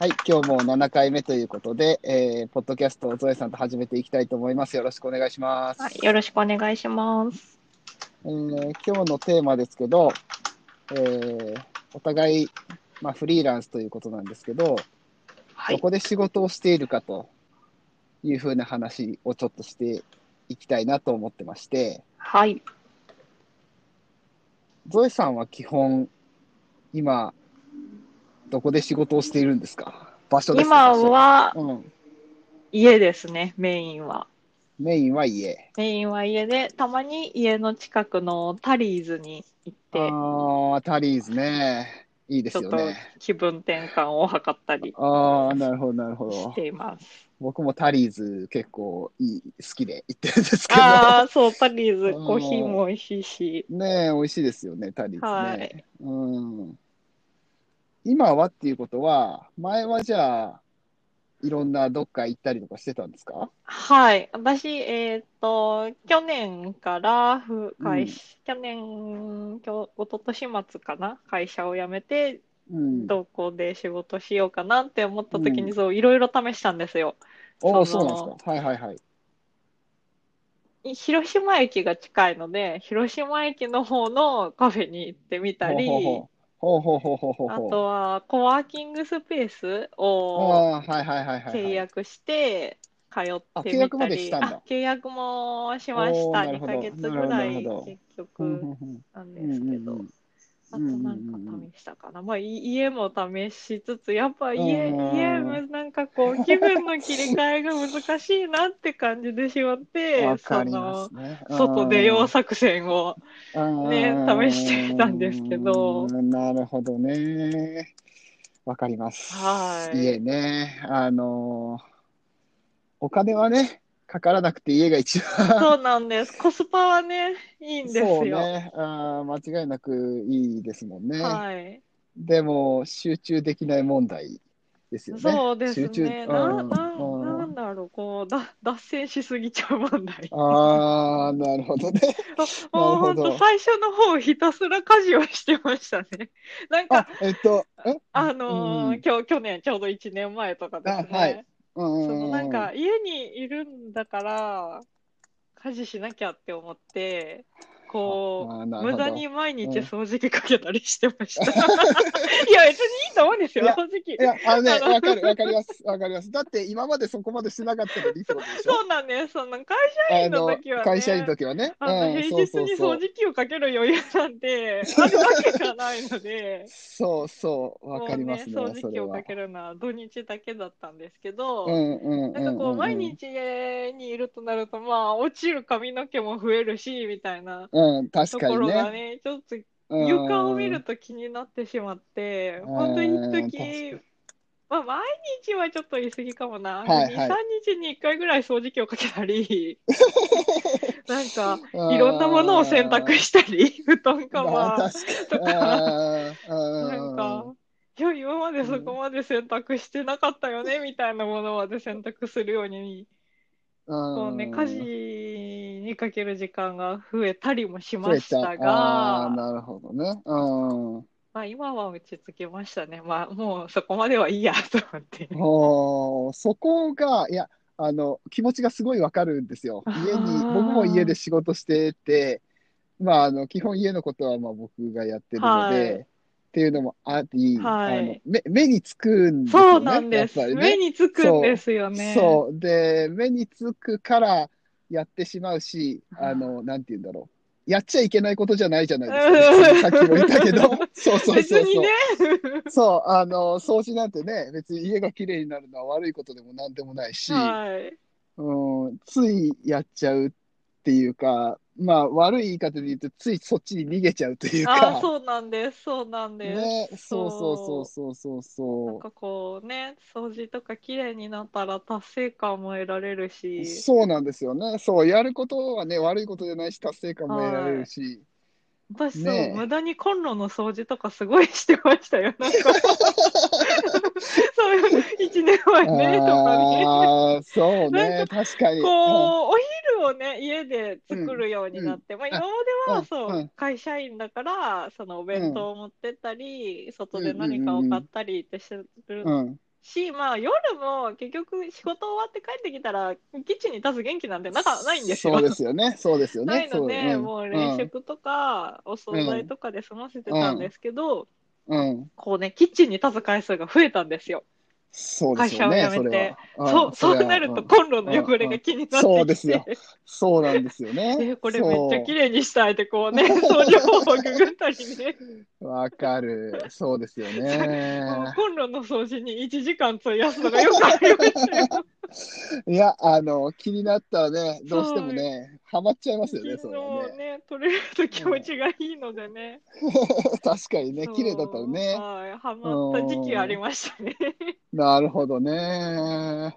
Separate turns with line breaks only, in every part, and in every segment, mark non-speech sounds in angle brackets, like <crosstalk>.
はい、今日も7回目ということで、えー、ポッドキャストをゾエさんと始めていきたいと思います。よろしくお願いします。
はい、よろしくお願いします。
えー今日のテーマですけど、えーお互い、まあ、フリーランスということなんですけど、
は
ど
い、
こで仕事をしているかというふうな話をちょっとしていきたいなと思ってまして、
はい、
ゾエさんは基本、今、どこで仕事をしているんですか場所ですか、
今
場
は
所うん、
家ですね、メインは。
メインは家。
メインは家で、たまに家の近くのタリーズに行
あー
っ
タリーズね。いいで
て、
す
ちょ
よ
っと
ね。
気分転換を図ったり
ああ、なるほど、なるほ
し
ど。
ています。
僕もタリーズ結構いい好きで行ってるんですけど。
ああ、そう、タリーズ、
うん
コーヒーも美味しいし、
ねえ、美味しいですよね、タリー
は
ズ
い
ね。うん。今はっていうことは、前はじゃあ、いろんなどっか行ったりとかしてたんですか
はい、私、えっと、去年からふ会社、去年、きょ、一昨年末かな、会社を辞めて、
うん。
どこで仕事しようかなって思った時
う
に、
ん
そう、いろいろ試したんですよ。
おお、そ
そうの
なんですか。はいはいはい。
広島駅が近いので、広島駅の方のカフェに行ってみたり、
ほうほうほうほうほうほうほう
あ
ほう。
とはコワーキングスペースを
ああー、はいはいはいはいはい。
契約して通って
あ
み
契約
た
まで
り、
したんだ
あ契約もしま
お
し
ー
た。
なるほど
2ヶ月
な
ぐら
るほどないるほど
結
うんう
局
んうん
なん
う
で
ん
すけ
うんう
ど
ん、
あとなんか試したかな。まあ、い家も試しつつ、やっぱ家、
うん
家、なんかこ
<laughs>
う、気分の切り替えが難しいなって感じてしまって、
わか
そ
りま
の
す、ね。
外出よ
う
うん作戦を。ね試してたんですけど
うーんなるほどね。わかります。
はい
家ね。あのー、お金はね、かからなくて家が一番。
そうなんです。コスパはね、いいんです
そう
よ。
ねあー。間違いなくいいですもんね。
はい。
でも、集中できない問題ですよね。
そうです
集中
ね。な、
うん
な、
うん
なんだろう、こう、だ、脱線しすぎちゃう問題。
ああ、なるほどね。
もう
なるほ
本
ど
当、最初の方、ひたすら家事をしてましたね。なん
あ
か、、
えっと、え
あのー
うん
きょ去年、ちょうど1年前とかです
あはい
ね。
うんうん
そのなん
うん
か、家にいるんだから、家事しなきゃって思って、こ
あー
う、
なるほ
無
ど
駄に毎日掃除機かけたりしてま
<laughs>
した。いや、別にいいと思うんですよ、
いや
掃除機
い。や、あのね、
あの
わかる、わかります、わかります。だって、今までそこまでしてなかったのにってことでしょ
<laughs> そうなんです。その会社
あ
員の
の
時はね、
会社員の時はね。
あの
うん、
平
そう
日
そう
に
そ
掃
う。。
除機をかける余裕なんてあるわけがないので
そうそう、 <laughs> わ
も
か
う
りますね、
掃除
そ
機
れ
を
は
か。けるのは土日だけだったんですけど、
うんうんうん
なんかこう、
ん
毎日家にいるとなると、まあ、落ちる髪の毛も増えるし、みたいな
うん、
と
確か
こ
に
ろ
ね。
がね、ちょっと
うん
床を見ると気になってしまって、
うん
本当に一
確
時、まあ、毎日はちょっと言い過ぎかもな、
は
2、
いはい
3日に1回ぐらい掃除機をかけ
<laughs>
たり、なんか、
うん
いろんなものを洗濯したり、布団カ
まあ、
バ
確
ーとか、
かに。な
なんか、、いや、今までそこまで洗濯してなかったよね、みたいなものまで洗濯するように、
こ
こうね、家事にかける時間が増えたりもし
増
ま
え。
したた
ああ、
が、
なるほどね。うん。
まあ、今は落ち着きましたね。まあ、もうそこまではいいやと思って。
おーそこが、いや、あの、気持ちがすごいわかるんですよ。
あー
家に、僕も家で仕事してて、まあ、あの、基本家のことは、まあ、僕がやってるので、
はい
っていうのもあり、
はい
あの、目、目につくんですよね。
そうなんです。
やっぱり
目
ね。
につくんですよね。
そう。で、目につくからやってしまうし、あの、なんて言うんだろう。やっちゃいけないことじゃないじゃないです
<laughs>
か。さっきも言ったけど。そうそうそう
別
そう。
にね。
そう、あの、掃除なんてね、別に家が綺麗になるのは悪いことでも何でもないし、
はい。
うん、ついやっちゃうっていうか、まあ悪い言い方で言うと、ついそっちに逃げちゃうという
ああ、
か、
そうなんです。そうなんです。
ね、そうそうそうそうそう
なん
そ
かこうね、掃除とか綺麗になったら達成感も得られる
う、
し、
そうなんですよね。そう、やることはね、悪いことじゃないし、達成感も得られるし、
私そう、
ねえ
無駄にコンロの掃除とかすごいしてましたよ。な
<laughs>
んか、そういう1年 <laughs> 前ね、とかね。
ああ、そう
<laughs> な
ね、確かに。
こう、お昼をね、家で作るようになって、まあ今まではそう、
うん
会社員だから、そのお弁当を持ってったり、外で何かを買ったりってしてる
うん、うん
し、まあ夜も結局仕事終わって帰ってきたら、キッチンに立つ元気なんてなかないんですよ。
そうですよね。そうですよね。
<laughs> ないの
そう
で、
うん
もう冷食とか、お惣菜とかで済ませてたんですけど、
うん。うん
こうね、キッチンに立つ回数が増えたんですよ。
そうですよ
会
ね。
社
そ
を辞め
れ
て
は。
そう、
ん
そうなると、コンロの汚れが気になってきて、
うんうんそうです
<laughs>
よそうなんですよね。
でこれめっちゃ綺
麗。
麗にしたいってこうね、掃除方法をググったり
<laughs>
ね、
わかる。そうですよ
<laughs>
ね。
もうコンロの掃除に1時間費やすのがよくありましたよ。
いや、あの、気になったらね、どうしてもね、ハマっちゃいますよね、それはね
昨日。ね、取れると気持ちがいいのでね。
<laughs> 確かにね、綺麗だったら
そう
ね。
はい、ハマった時期ありましたね。
なるほどね。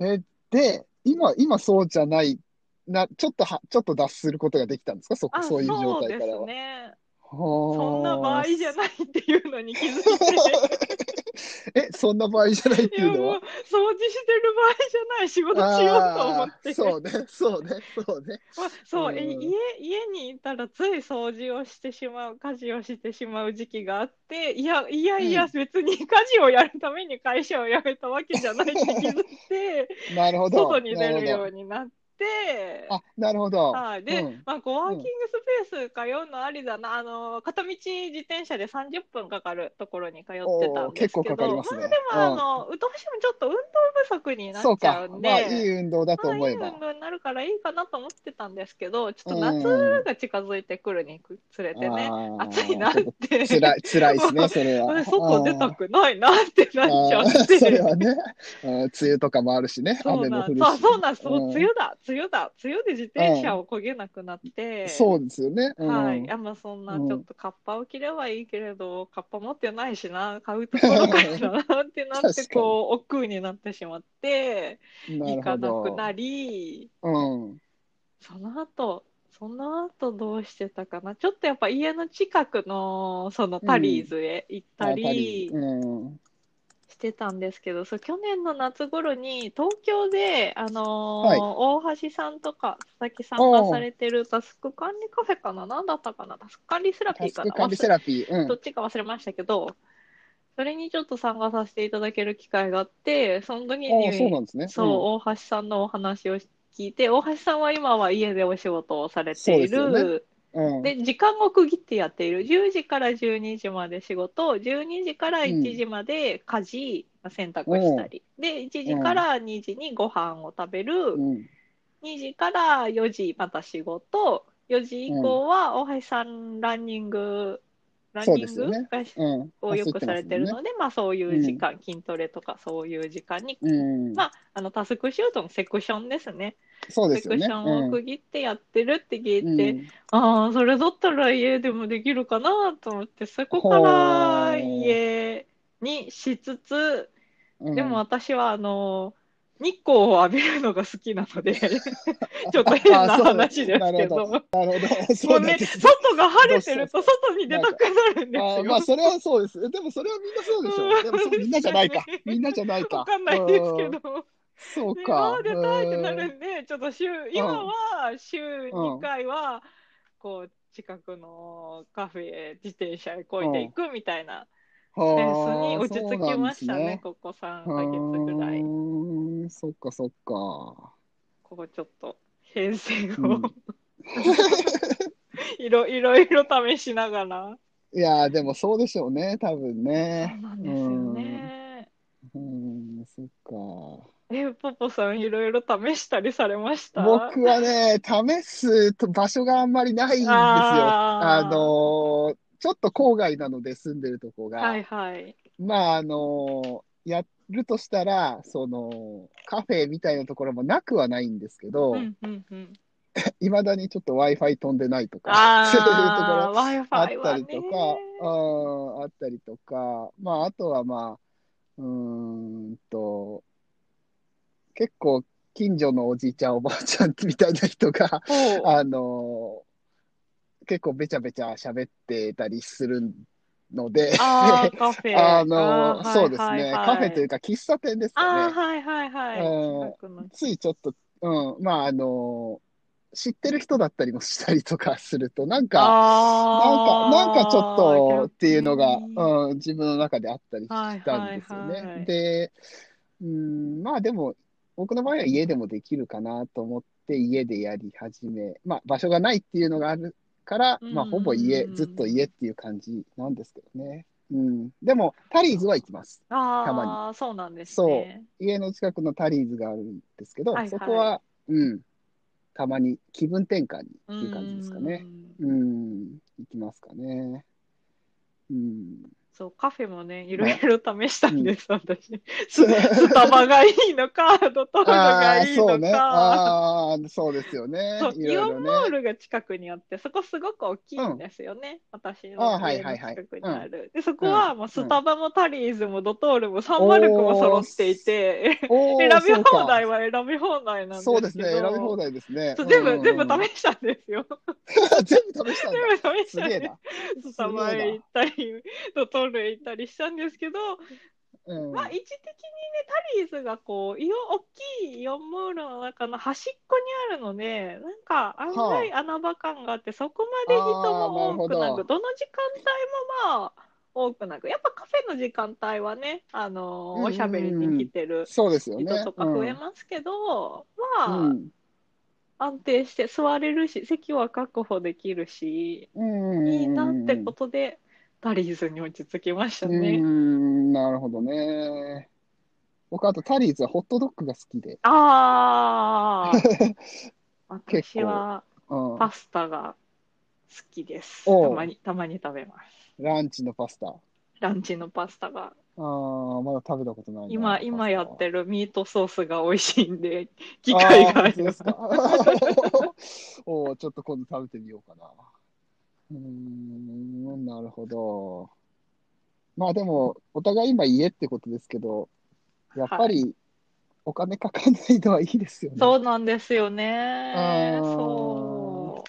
え、で、今、今そうじゃない、な、ちょっとは、ちょっと脱することができたんですかそ、
あ、
そういう状
そう
態
で
から
す
は。
ね。
ほー
そんな場合じゃないっていうのに気づいて、
<laughs> え、そんな場合じゃないって
い
い
や
う
もう
のは
掃除してる場合じゃない仕事しようと思って。
あーそうね、そうね、そうね。
まあ、そう、え
うん
家家にいたらつい掃除をしてしまう家事をしてしまう時期があっていやいやいや、
うん
別に家事をやるために会社を辞めたわけじゃないって気づいて
なる <laughs> ほど。
外に出るよ
な
う
る
になって
ほど。あ、なるほど。
はい、で、
うん
まあ、コワーキングスペース通うのありだな、あの片道自転車で30分かかるところに通ってたんですけど
おー結構かかりますね
まあ、でも、あのうっとうしもちょっと運動不足になっ
そう
ちゃ
か
う。んで。
まあ、いい運動だと思え
まあいい
ば
運。動になるからいいかなと思ってたんですけど、ちょっと
う
夏
ん
が近づいてくるにつれてね、
あー
暑いなっ
ちょっと
て、
つらい、つらいで
<laughs>
すね、それ
これ
は。
外出た
あー
くないなってなっちゃ
あ
っ
ー
て、
それはね、あー梅雨とかもあるしね、
そう
雨も
な
降
ん
る
そう
し。
そうなんです、もう
うん
梅雨だ、梅雨だ、梅雨で自転車をこげなくなって、
そうですよね。うん
はい、あまあそんな
うん
ちょっとカッパを着ればいいけれど、カッパ持ってないしな、買うところからなってな
<laughs> 確
っ
か
て、
に
こう、億劫になってしまって、
な
行
る
か
ほ
なく
ど。
なり、
うん。
その後、その後どうしてたかな。ちょっとやっぱ家の近くの、そのタリーズへ行ったり
うん。
してたんですけど、そう、去年の夏頃に東京で、あのー
はい
大橋さんとか佐々木さんがされてるタスク管理カフェかななんだったかなタスク管理セラピ
タ
ー
ス
か
ク
な
管理
忘れ
セラピー。う
ど
ん
っ。ちか忘れましたけど、それにちょっと参加させていただける機会があって、その時
ああ、そう
に
なんですね。
そう、大橋さんのお話を聞いて、大橋さんは今は家でお仕事をされてい
そうですよ
る。
うん。うん。
で、時間を区切ってやっている。10時から12時まで仕事、12時から1時まで家事、洗濯したり。で、1時から2時にご飯を食べる。
うん。
2時から4時また仕事。4時以降は大橋さんランニング、ラン
そう
ニ
で
ン
すよ
グ
ね
が
うん。
をよくされてる
焦
ので、まあそういう時間、筋トレとかそういう時間に、
ってますもんね。うん。
まあ、あのタスクシュートのセクションですね。
そうで
セ
すよ
ク
ね。
ションを
うん
区切ってやってるって聞いて、
うん
ああ、それだったら家でもできるかなと思って、そこから
ほう
家にしつつ、
うん
でも私はあの、日光を浴びるのが好きなの
<laughs>
で、ちょっと変な話ですけど、
あ
も
なるほど。そううなん
ね、
ですね。
外が晴れてると外に出たくなるんです
あー
よ。
まあ、それはそうです。でも、それはみんなそうでし
う
ょ。
ん
でも、そうみんなじゃないか。みんなじゃないか。
わかんないですけ
うん。
ど。
そう
で
か
あー。出たいってなるんで、ちょっと週、今は週2回は、こう、近くのカフェへ自転車へこいでいくみたいな
うん。
ペ
は
ースに
あ
落ち着きましたね、。ここ3
そうな
ヶ
んです
月ぐらい。
うーんそっかそっか。
ここちょっと編成を、
うん
<laughs> いろいろいろ試しながら。
いやーでもそうでしょうね、多分
そう
ね。
なんですよね。
うーん、そっか。
え、ポポさんいろいろ試したりされました
僕はね、試すと場所があんまりないんですよ。あ
あー
のーちょっと郊外なので住んでるとこが。
はいはい。
まあ、あのーやるとしたら、その、カフェみたいなところもなくはないんですけど、
うんうんうん。
いまだにちょっと Wi-Fi 飛んでないとか、 <laughs> そういうとこ
あ
ろ
あ、
あ
Wi-Fi
った
は
り
ね
とか、うんあったりとか、まあ、あとはまあ、うーんと、結構、近所のおじいちゃん、おばあちゃんみたいな人が、
<laughs> ほう
あのー結構べちゃべちゃ喋ってたりするので、
あ
<laughs>
ーカフェ。
あの
あー
そうですね、カフェといううか喫茶店です
あ
か
あ、
ね。
はいはいはい。
うん
近くの
ついちょっと、うん、まああの知ってる人だったりもしたりとかすると、なんか、なん
あ
か、
ー
なんかちょっとっていうのが、
逆に
うん、自分の中であったりしたんですよ
はいはいは
ね。
い
で、うん、まあでも、僕の場合は家でもできるかなと思って家でやり始め、まあ場所がないっていうのがあるから、
うん
まあほぼ家、ずっと家っていう感じなんですけどね。うん、でも、タリーズは行きます。たま
ああ、そうなんですね。
家の近くのタリーズがあるんですけど、
はいはい
そこは、うん、たまに気分転換にっていう感じですかね。
うん
うん、
<laughs>
行きますかね。うん。
そう、カフェもね、いろいろ試したんです、私。
そ
ススタバがいいのか、ドトールがいい
そう
の
ね。
か。
ああ、そうですよね
そう。
い
イ
ろ
オ
いろ
ン
ね
モ。ールが近くにあって、そこすごく大きいんですよね。私の
あーはい
家
は
の
いはい
近くにある。で、そこはもうスタバもタリーズもドトールもサンマルクも揃っていて、
おー
<laughs> 選び放題
そう
は選び放題なん
か
です
そうですね。
け
選
ど
び放題ですね
そ。う全
うん
部、全部
うんうん
試したんですよ。
<laughs> 全部試したんだ。
全部試し
す
たん
げえ
です
な。
スタバへ行ったり、ドトールへ行ったりしたんですけど、
うん。
まあ、位置的にね、タリーズがこう、イオン大きいイオンモールの中の端っこにあるので、なんか、案外穴場感があって、そこまで人も多く
あーな
な
るほど
く、どの時間帯もまあ、多くなく、やっぱカフェの時間帯はね、あの
うんうんうん
おしゃべりに来てる
そうですよね。
人とか増え
うん
ますけど、
う
ま
ん
あ、安定して座れるし、席は確保できるし、
うんうんうんうん
いいなってことで、タリーズに落ち着きました
う
ね。
ん、なるほどね。僕、あとタリーズはホットドッグが好きで。
ああ <laughs> 私は
うん。
パスタが好きです。
おう
たまに、たまに食べます。
ランチのパスタ。
ランチのパスタが。
ああ、まだ食べたことないな
今、今やっ
る
てるミートソースが美味しいんで、 <laughs> 機会があります。
か。 <laughs> おおー、ちょっと今度食べてみようかな。うーん、なるほど。まあでも、お互い今家ってことですけど、やっぱりお金かかんないのはいいですよね。
そうなんですよね。
うん
そ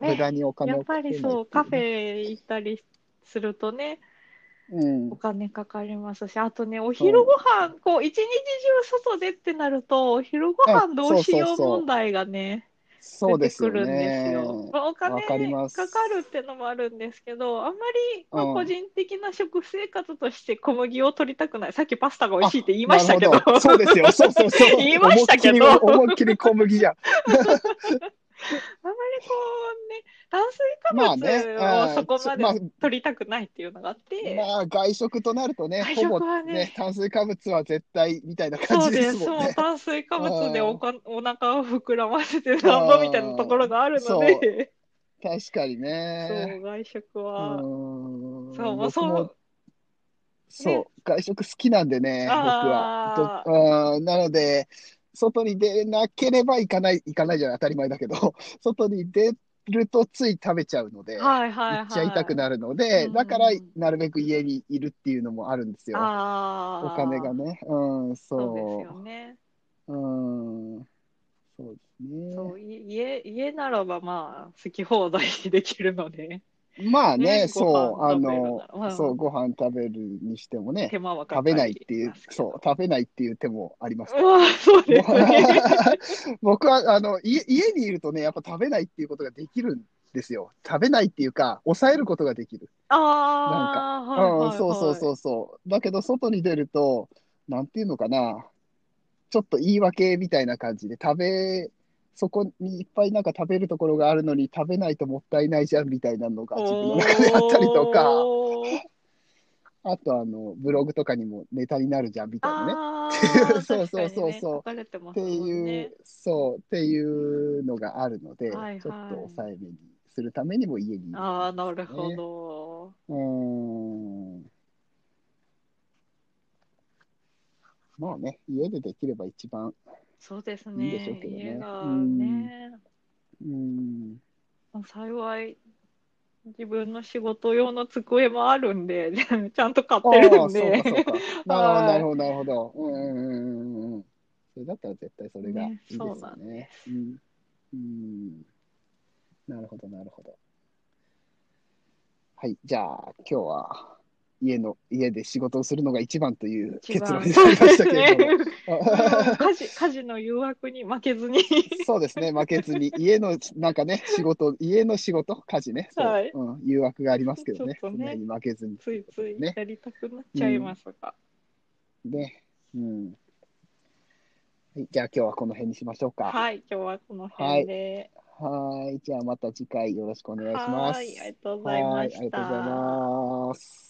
う。
無
ね、
駄にお金
やっ
を
ぱ
かけない
りそう、カフェ行ったりするとね、
うん
お。金かかりますし、あとね、お昼ご飯、こう、一日中外でってなると、お昼ご飯どうしよ
そうそう
う
そう
問題がね、
そうで
出て
す
く
よ
るんです
ね。
よ。まあお
わ
金
かります
かかるってのもあるんですけど、あんまり、まあ
うん
個人的な食生活として小麦を取りたくない。さっきパスタが美味しいって言いましたけど
なる
<laughs>
ほ。そうですよ。そうそうそう。
言いましたけど
思いっきり思いっきり小麦じゃん。
あんまりこうね、炭水化
まあ
物
ね
をそこま
まあ
で取りたくないっていうのがあって、
まあ外食となるとね、
外
ほ
食
ぼ
はね
ね、炭水化物は絶対みたいな感
そう
じで
ですす、
もん
そう、
ね。
炭水化物でおかお腹を膨らませてなんぼみたいなところがあるので、
確かに
そ
ね。
う、外食
う
は、
ーん
そう、もう
僕
そう
も、そう、外食好きなんでね、僕は
あ。ー
どうんなので、外に出なければ行かない、行かないじゃない、当たり前だけど、 <laughs> 外に出るとつい食べちゃうので、
はいは
行
いは
っ
い。
ちゃいたくなるので、
うん
だからなるべく家にいるっていうのもあるんですよ。
あ
お金が
ね。
ね。うん、
そうです
そ
よね。
う。うん。そうですね
そ。う、い家、家ならばまあ、好き放題できるので、
まあね、
ね
そう、
ご
あ
飯食べるな
の、
らうん
そう、ご飯食べるにしてもね、
手間はかか
食
り
べないっていう
ます、けど
そう、食べないっていう手もありますから。
うわ、そうです
<laughs>
ね。
僕は、あの、家、家にいるとね、やっぱ食べないっていうことができるんですよ。食べないっていうか、抑えることができる。
ああ、はいはいは
うん、
い。
そうそうそうそう。だけど、外に出ると、なんていうのかな、ちょっと言い訳みたいな感じで、食べ、そこにいっぱいなんか食べるところがあるのに、食べないともったいないじゃんみたいなのが自分の中であったりとか、
おー
あとあの、ブログとかにもネタになるじゃんみたいなね。
あ
いう <laughs>
あ、
そう
確
そうそ
かに
う
ね、
そう
書かれてま
っ
す
て
もん
い
ね
う、。そう、っていうのがあるので、
はいはい
ちょっと抑えめにするためにも家にいる、
ああ、なるほど。
うーん。まあね、家でできれば一番。
そうです
いいんでしょう
ね。
けどね
家が
うん
ね、
うーん。
まあ幸い、自分の仕事用の机もあるんで、 <laughs> ちゃんと買ってるん
そうか
で。
そうか。
はい
なるほど、なるほど、なるほど。うんうんうんうんうん。それだったら絶対それがいい
ね
ですよ
そうなん
ね
で。
う
す
ん。うん。なるほど、なるほど。はい、じゃあ今日は家の、家で仕事をするのが一番という
一
結論
番
になりましたけれども。
ね家事家事の誘惑に負けずに <laughs>
そうですね、負けずに、家の、なんかね、仕事、家の仕事、家事ね、そう
はい
うん、誘惑がありますけどね、
ちょっと
そ
ね
んなに負けずに。
ついつい
ね
やりたくなっちゃいますが、
ね、うん。はいじゃあ、今日はこの辺にしましょうか。は
はい今日はこの辺で、
ーい、じゃあ、また次回よろしくお願いします。
はいありがとうございま
はいあり
し
がとうござい
た。
ます。